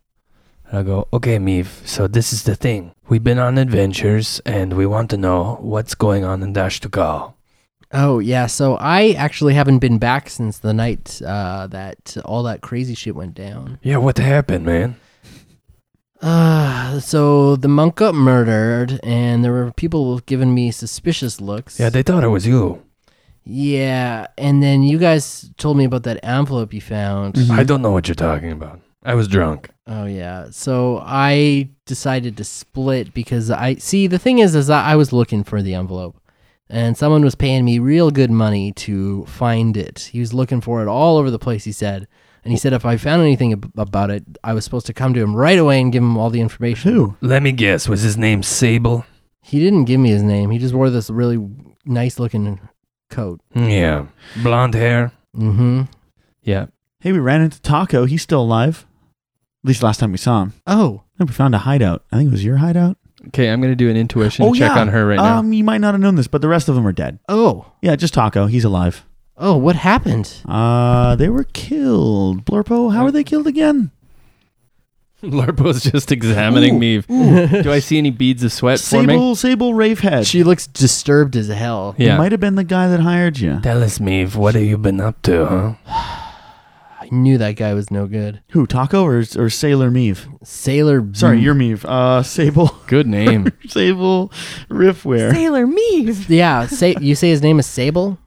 And I go, okay, Meev, so this is the thing. We've been on adventures and we want to know what's going on in Dashtugal. Oh yeah. So I actually haven't been back since the night uh, that all that crazy shit went down. Yeah, what happened, man? Uh, so the monk got murdered, and there were people giving me suspicious looks. Yeah, they thought it was you. yeah. And then you guys told me about that envelope you found. I don't know what you're talking about. I was drunk. Oh yeah. So I decided to split because I see the thing is is that I was looking for the envelope and someone was paying me real good money to find it. He was looking for it all over the place he said. And he said if I found anything ab- about it, I was supposed to come to him right away and give him all the information. Who? Let me guess, was his name Sable? He didn't give me his name. He just wore this really nice looking coat. Yeah. Blonde hair? Mhm. Yeah. Hey, we ran into Taco. He's still alive. At least last time we saw him. Oh, No, we found a hideout. I think it was your hideout. Oh, Okay, I'm going to do an intuition check on her right now. Um, you might not have known this, but the rest of them are dead. oh, Yeah, just Taco. He's alive. oh, what happened? Uh, they were killed. Blurpo, how were they killed again? Larpo's just examining Meev. Do I see any beads of sweat forming? Sable, Sable Ravehead. She looks disturbed as hell. It Yeah. might have been the guy that hired you. Tell us, Meev, what have you been up to, huh? I knew that guy was no good. Who, Taco or, or Sailor Meave? Sailor Mm. Sorry, you're Meave. Uh, Sable, Good name. Sable Riffware. Sailor Meave. Yeah, say you say his name is Sable.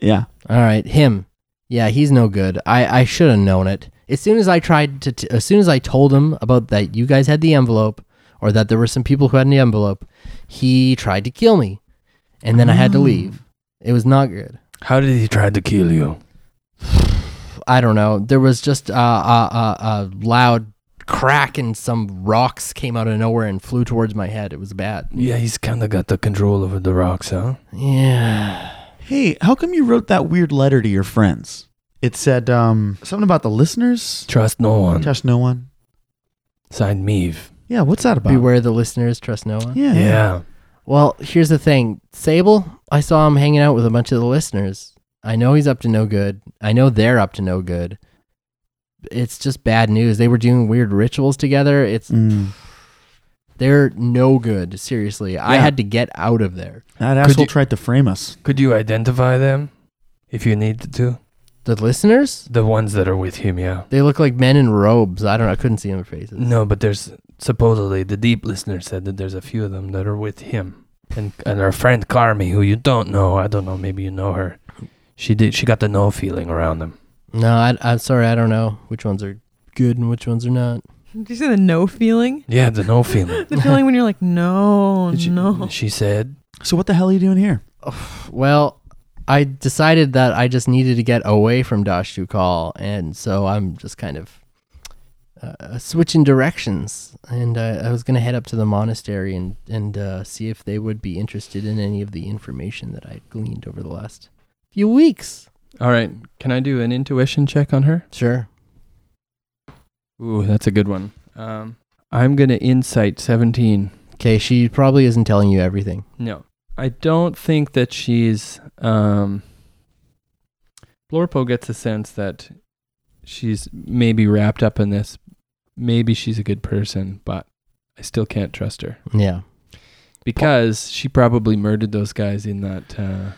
yeah. All right, him. Yeah, he's no good. I I should have known it. As soon as I tried to, t- as soon as I told him about that you guys had the envelope, or that there were some people who had the envelope, he tried to kill me, and then I Oh. Mm. had to leave. It was not good. How did he try to kill you? I don't know. There was just a uh, uh, uh, a loud crack, and some rocks came out of nowhere and flew towards my head. It was bad. Yeah, he's kind of got the control over the rocks, huh? Yeah. Hey, how come you wrote that weird letter to your friends? It said um, something about the listeners. Trust no one. Trust no one. Signed Meev. Yeah, what's that about? Beware the listeners. Trust no one. Yeah, yeah. Yeah. Well, here's the thing Sable, I saw him hanging out with a bunch of the listeners. I know he's up to no good. I know they're up to no good. It's just bad news. They were doing weird rituals together. It's Mm, they're no good. Seriously, I Yeah. had to get out of there. that Could asshole you- tried to frame us. Could you identify them if you needed to? The listeners, The ones that are with him, yeah. they look like men in robes. I don't. know. I couldn't see their faces. No, but there's supposedly the deep listener said that there's a few of them that are with him. And and our friend Carmi, who you don't know, I don't know, maybe you know her. She did she got the no feeling around them. No, I, I'm sorry. I don't know which ones are good and which ones are not. Did you see the no feeling? Yeah, the no feeling. The feeling when you're like, no, Did she- no. She said So what the hell are you doing here? Well, I decided that I just needed to get away from Dash to call, and so I'm just kind of uh, switching directions. And uh, I was going to head up to the monastery and and uh, see if they would be interested in any of the information that I gleaned over the last few weeks. All right, can I do an intuition check on her? Sure. Ooh, that's a good one. Um I'm gonna insight seventeen. Okay, she probably isn't telling you everything. No, I don't think that she's. Um, Blorpo gets a sense that she's maybe wrapped up in this. Maybe she's a good person, but I still can't trust her Yeah. because she probably murdered those guys in that. Uh,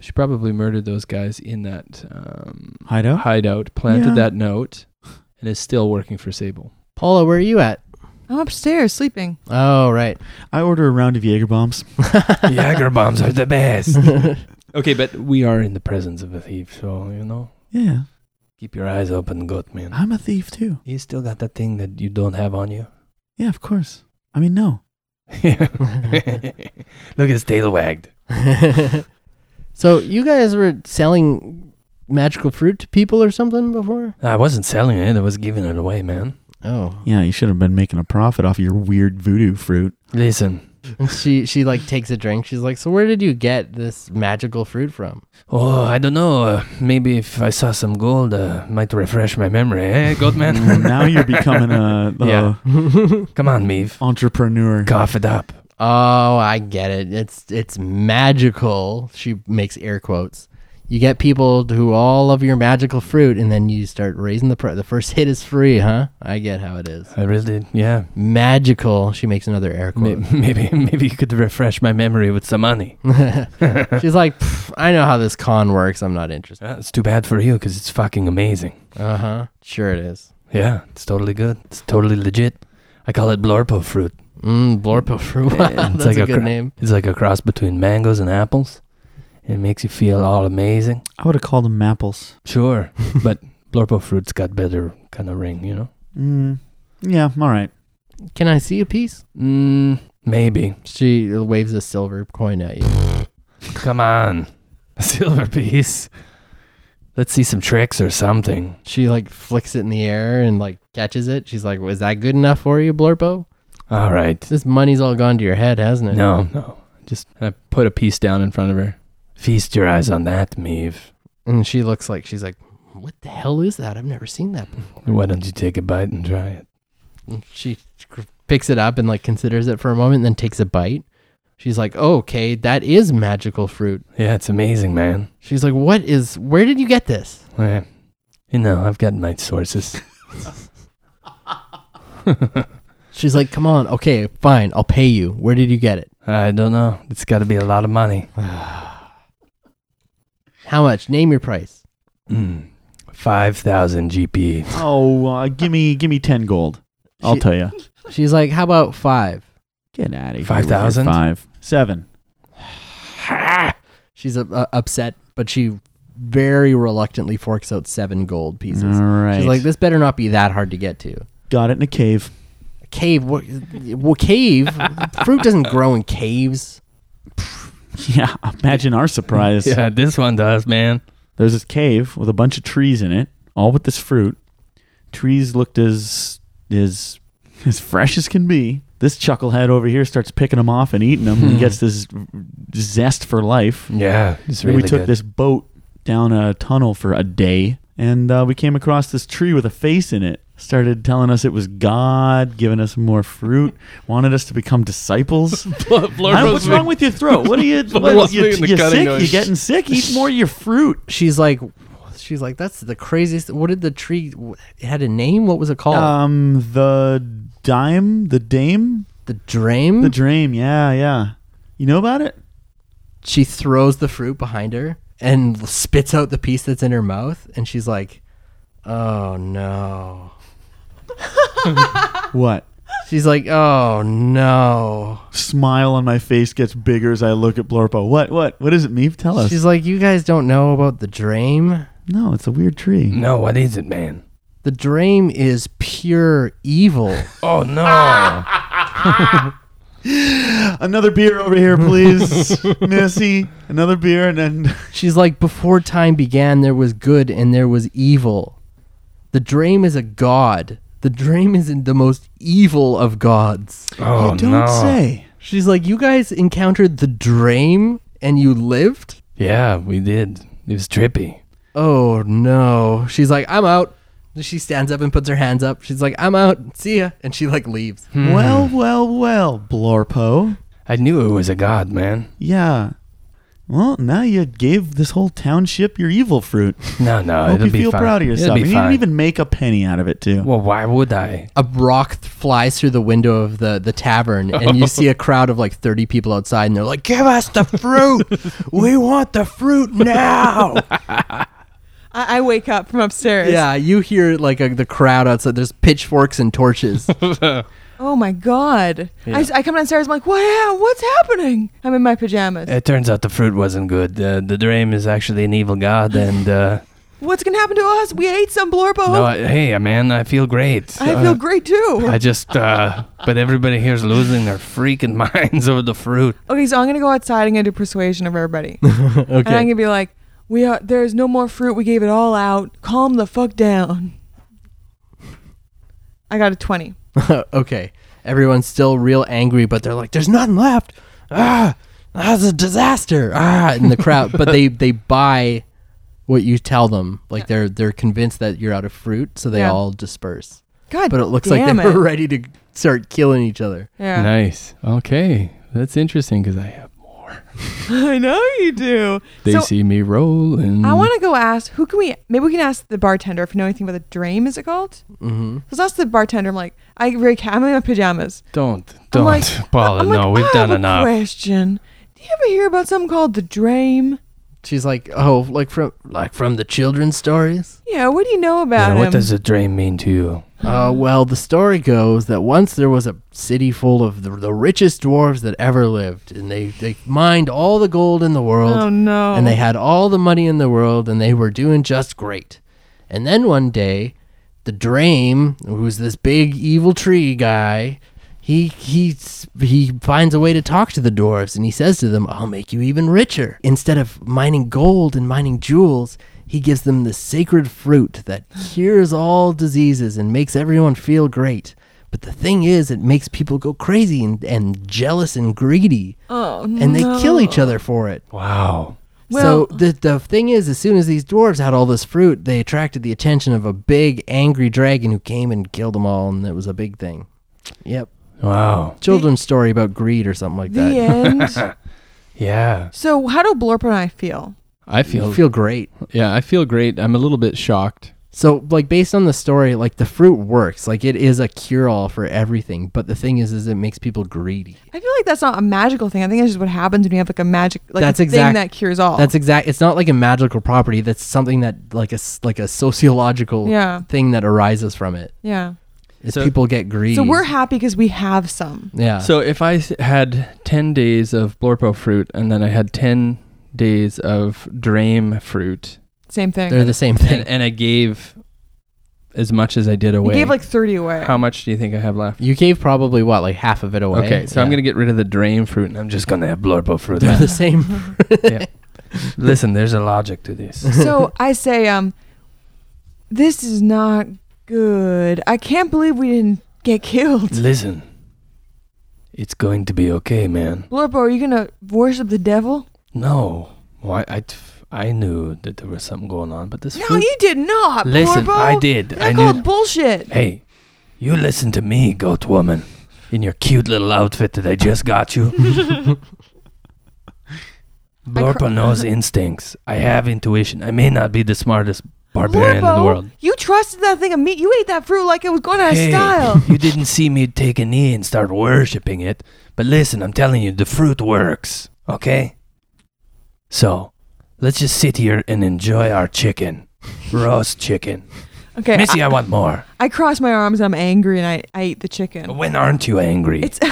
she probably murdered those guys in that um, Hideout? hideout, planted Yeah. that note, and is still working for Sable. Paula, where are you at? I'm upstairs sleeping. Oh, right. I order a round of Jaeger bombs. Jagger bombs are the best. okay, but we are in the presence of a thief, so you know. Yeah, Keep your eyes open, goat man. I'm a thief too. Ah. You still got that thing that you don't have on you? Yeah, of course. I mean, no. Look at his tail wagged. so you guys were selling magical fruit to people or something before? I wasn't selling it, I was giving it away, man. Oh. Yeah, you should have been making a profit off your weird voodoo fruit. Listen, And she she like takes a drink. She's like, "So where did you get this magical fruit from?" Oh, I don't know. Uh, maybe if I saw some gold, uh, might refresh my memory. Eh, Goldman? Mm, now you're becoming a, a Yeah. Come on, Meave. entrepreneur. Cough it up. Oh, I get it. It's it's magical. She makes air quotes. You get people who all love your magical fruit, and then you start raising the price. The first hit is free, huh? I get how it is. I really, yeah. Magical. She makes another air May- quote. Maybe, maybe you could refresh my memory with some money. She's like, "Pff, I know how this con works. I'm not interested. Uh, it's too bad for you because it's fucking amazing. Uh huh. Sure it is. Yeah, it's totally good. It's totally legit. I call it blorpo fruit. Mm, Blorpo fruit. Wow, Yeah, that's it's like a a good cra- name. It's like a cross between mangoes and apples. It makes you feel all amazing. I would have called them apples. Sure, but blorpo fruit's got better kind of ring, you know? Mm. Yeah, all right. Can I see a piece? Mm, maybe. She waves a silver coin at you. Come on. A silver piece. Let's see some tricks or something. She like flicks it in the air and like catches it. She's like, "Was that good enough for you, Blorpo? All right. This money's all gone to your head, hasn't it?" No, no. Just and I put a piece down in front of her. Feast your eyes on that, Meave. And she looks like she's like, "What the hell is that? I've never seen that." Before. Why don't you take a bite and try it? And she picks it up and like considers it for a moment, and then takes a bite. She's like, oh, "Okay, that is magical fruit." Yeah, it's amazing, man. She's like, "What is? Where did you get this?" Yeah. You know, I've got my sources. She's like, "Come on, okay, fine, I'll pay you. Where did you get it? I don't know. It's got to be a lot of money. How much? Name your price." Mm. 5,000 GP. Oh, uh, give me give me ten gold. I'll She- tell you. She's like, "How about five? Get out of here. 5,000? Five. Seven. She's uh, uh, upset, but she very reluctantly forks out seven gold pieces. All right. She's like, "This better not be that hard to get to." Got it in a cave. Cave, what? Well, cave fruit doesn't grow in caves. Yeah. Imagine our surprise. Yeah, this one does, man. There's this cave with a bunch of trees in it, all with this fruit. Trees looked as as as fresh as can be. This chucklehead over here starts picking them off and eating them, and gets this zest for life. Yeah, it's And really we took good. this boat down a tunnel for a day, and uh, we came across this tree with a face in it. Started telling us it was God, giving us more fruit, wanted us to become disciples. I don't- what's wrong with your throat? What are you? what, you making the you cutting sick? noise. You getting sick? Eat more of your fruit. She's like, she's like, "That's the craziest." What did the tree? It had a name. What was it called? Um, the dime, the dame, the dream. the dream. Yeah, yeah. You know about it? she throws the fruit behind her and spits out the piece that's in her mouth, and she's like, "Oh no." What? She's like, "Oh no." Smile on my face gets bigger as I look at Blorpo. What? What? What is it, Meep? Tell us. She's like, "You guys don't know about the dream? no, it's a weird tree. no, what is it, man? The dream is pure evil." Oh, no. Another beer over here, please, Missy. Another beer, and then She's like, before time began, there was good and there was evil. The dream is a god. The dream is the most evil of gods. oh, don't no. say. She's like, you guys encountered the dream and you lived? Yeah, we did. It was trippy. Oh no. She's like, I'm out. She stands up and puts her hands up. She's like, I'm out. See ya. And she like leaves. Hmm. Well, well, well, Blorpo. I knew it was a god, man. Yeah. Well, now you gave this whole township your evil fruit. No, no, I hope Uh, it'll you be feel fine. proud of It'll yourself. be And you fine. didn't even make a penny out of it, too. Well, why would I? A rock th- flies through the window of the, the tavern, and you see a crowd of like 30 people outside, and they're like, Give us the fruit! we want the fruit now! I, I wake up from upstairs. Yeah, you hear like a, the crowd outside. There's pitchforks and torches. Oh my god. I, s- I come downstairs. I'm like, what? What's happening? I'm in my pajamas. It turns out the fruit wasn't good. Uh, the dream is actually an evil god, and uh, What's gonna happen to us? We ate some blorpo. Oh. no, I, hey, man, I feel great. I Uh, feel great too. I just, uh, but everybody here's losing their freaking minds over the fruit. okay, so I'm gonna go outside and gonna do persuasion of everybody, and I'm okay. gonna be like, we are. There's no more fruit. We gave it all out. Calm the fuck down. I got a twenty. okay. Everyone's still real angry, but they're like, "There's nothing left." Ah, that's a disaster. Ah, in the crowd, but they they buy what you tell them. Like they're they're convinced that you're out of fruit, so they Yeah. all disperse. God, But it looks damn like they were it. ready to start killing each other. Yeah, Nice. Okay. That's interesting because I have more. I know you do. They so see me rolling. I Mm-hmm. want to go ask who can we? Maybe we can ask the bartender if you know anything about the dream. Is it called? Mm-hmm. Because that's the bartender. I'm like, I really can't. I'm in my pajamas. Don't, don't, like- Paula. I'm like, no, we've I done have a enough. Question: Do you ever hear about something called the dream? She's like, "Oh, like from like from the children's stories." Yeah, what do you know about Yeah, him? what does a dream mean to you? Uh, well, the story goes that once there was a city full of the, the richest dwarves that ever lived, and they, they mined all the gold in the world, oh no! and they had all the money in the world, and they were doing just great. And then one day, the Drame, who was this big evil tree guy, he he s- he finds a way to talk to the dwarves, and he says to them, "I'll make you even richer. Instead of mining gold and mining jewels." He gives them the sacred fruit that cures all diseases and makes everyone feel great. But the thing is, it makes people go crazy and, and jealous and greedy, oh and they kill each no. other for it Wow. Well- so the the thing is, as soon as these dwarves had all this fruit, they attracted the attention of a big angry dragon who came and killed them all, and it was a big thing. Yep, Wow. children's story about greed or something like that. The uh, end. Yeah. so how do Blorp and I feel? I You feel, feel great. yeah, I feel great. I'm a little bit shocked. So like based on the story, like the fruit works, like it is a cure all for everything. But the thing is, is it makes people greedy. I feel like that's not a magical thing. I think it's just what happens when you have like a magic, like That's a exact- thing that cures all. That's exact. It's not like a magical property. That's something that like a s- like a sociological Yeah. thing that arises from it. yeah. It's So- people get greedy. So we're happy because we have some. yeah. So if I s- had 10 days of Blorpo fruit and then I had 10 days of Drame fruit Same thing. they're the same and, thing. and I gave as much as I did you away, gave like thirty away. how much do you think I have left? You gave probably what, like half of it away. Okay, so I'm going to get rid of the Drame fruit and I'm I'm just just gonna have blurbo for They're the that. same. Listen, there's a logic to this. so I say, um, this is not good. I can't believe we didn't get killed. Listen. It's going to be okay, man. Blorpo, are you gonna worship the devil? No. Why I, t- I knew that there was something going on, but this No, fruit- you did not. Listen, Blorpo. I did. I I called knew bullshit. Hey, you listen to me, goat woman. In your cute little outfit that I just got you. cr- Blorpa knows instincts. I have intuition. I may not be the smartest barbarian in the Blorpo, world. You trusted that thing of meat. You ate that fruit like it was going out of Hey, style. you didn't see me take a knee and start worshipping it. But listen, I'm telling you, the fruit works, okay? So, let's just sit here and enjoy our chicken. Roast chicken. Okay, Missy, I, I want more. I crossed my arms. I'm angry, and I, I ate the chicken. When aren't you angry? It's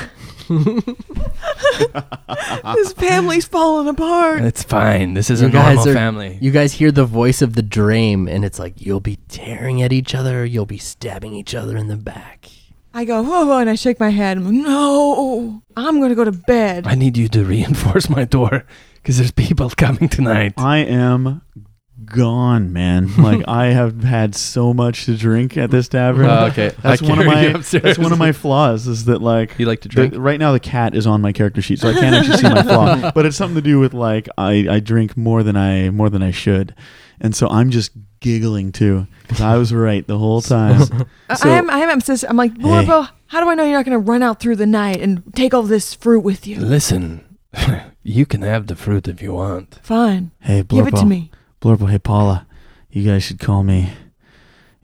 this family's falling apart. It's fine. This is You a guys normal are- family. You guys hear the voice of the dream, and it's like you'll be tearing at each other, you'll be stabbing each other in the back. I go whoa whoa, and I shake my head. I'm like, no, I'm gonna go to bed. I need you to reinforce my door because there's people coming tonight. I am gone, man. Like I have had so much to drink at this tavern. Uh, Oh, okay. That's I one of carry my you upstairs. that's one of my flaws is that like You like to the- drink? right now the cat is on my character sheet, so I can't actually see my flaw. But it's something to do with like I, I drink more than I more than I should, and so I'm just giggling too because I was right the whole time. I- So- I am. I am obsessed. I'm like, Blorpo, how do I know you're not going to run out through the night and take all this fruit with you? Listen, you can have the fruit if you want. Fine, Hey, give it to Blorpo. me. Blurbo, hey Paula, you guys should call me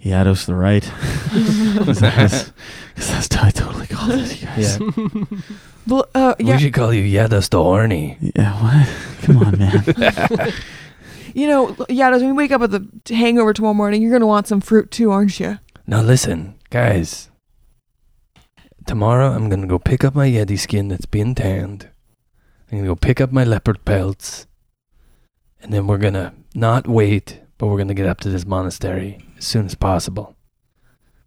Yados the Right. Because that's, 'cause oh, that's what I totally called it, you guys. Yeah. Bl- uh, We yeah, should call you Yadas the Horny. what? Come on, man. you know, yeah. As we wake up with a hangover tomorrow morning, you're going to want some fruit too, aren't you? Now listen, guys. Tomorrow I'm gonna go pick up my Yeti skin that's been tanned. I'm gonna go pick up my leopard pelts. And then we're gonna not wait, but we're gonna get up to this monastery as soon as possible.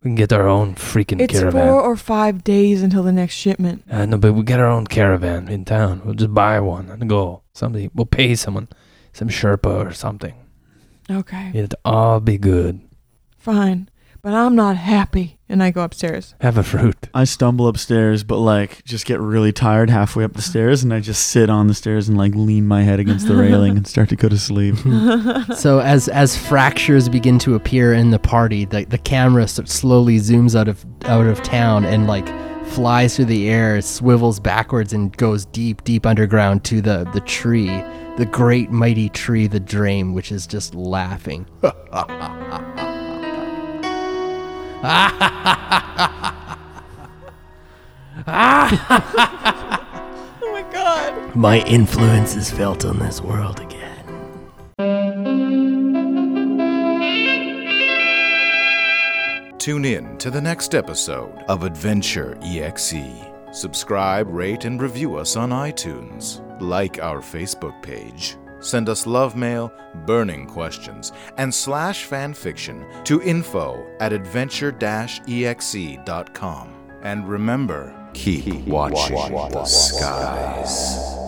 We can get our own freaking It's caravan. four or five days until the next shipment. Uh, no, but we get our own caravan in town. We'll just buy one and go. Somebody, we'll pay someone, some Sherpa or something. Okay, It'll all be good. fine. but I'm not happy. And I go upstairs. Have a fruit. I stumble upstairs, but like just get really tired halfway up the stairs, and I just sit on the stairs and like lean my head against the railing and start to go to sleep. so So as as fractures begin to appear in the party, the, the camera s- slowly zooms out of out of town and like flies through the air, swivels backwards and goes deep deep underground to the the tree, the great mighty tree, the Drame, which is just laughing. Oh my god. My influence is felt on this world again. Tune in to the next episode of Adventure EXE. Subscribe, rate, and review us on iTunes. Like our Facebook page. Send us love mail, burning questions, and slash fanfiction to info at E adventure exe.com. And remember, keep watching the skies.